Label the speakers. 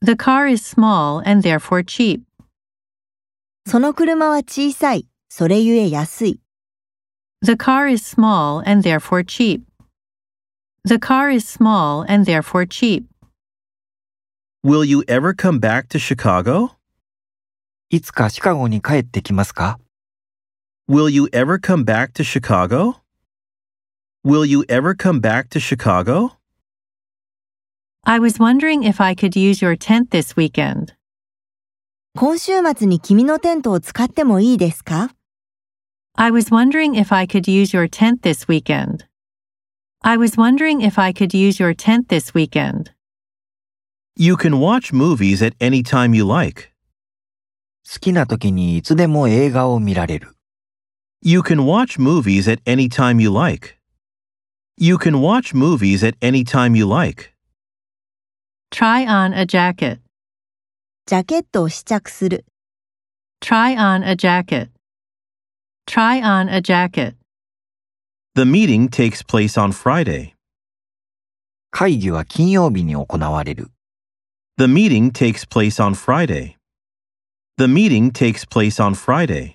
Speaker 1: The car is small and therefore cheap.
Speaker 2: その車は小さい。それゆえ安い。
Speaker 1: The car is small and therefore cheap. The car is small and therefore cheap.
Speaker 3: Will you ever come back to Chicago?
Speaker 4: いつかシカゴに帰ってきますか
Speaker 3: Will you ever come back to Chicago? Will you ever come back to Chicago?
Speaker 1: I was wondering if I could use your tent this weekend.
Speaker 2: 今週末に君のテントを使ってもいいですか
Speaker 1: I was wondering if I could use your tent this weekend. I was wondering if I could use your tent this weekend.
Speaker 3: You can watch movies at any time you like.
Speaker 4: 好きな時にいつでも映画を見られる。
Speaker 3: You can watch movies at any time you like. You can watch movies at any time you like.
Speaker 1: Try on a jacket.
Speaker 2: ジャケットを試着する。
Speaker 1: Try on a jacket. Try on a jacket.
Speaker 3: The meeting takes place on Friday.
Speaker 4: 会議は金曜日に行われる。
Speaker 3: The meeting takes place on Friday. The meeting takes place on Friday.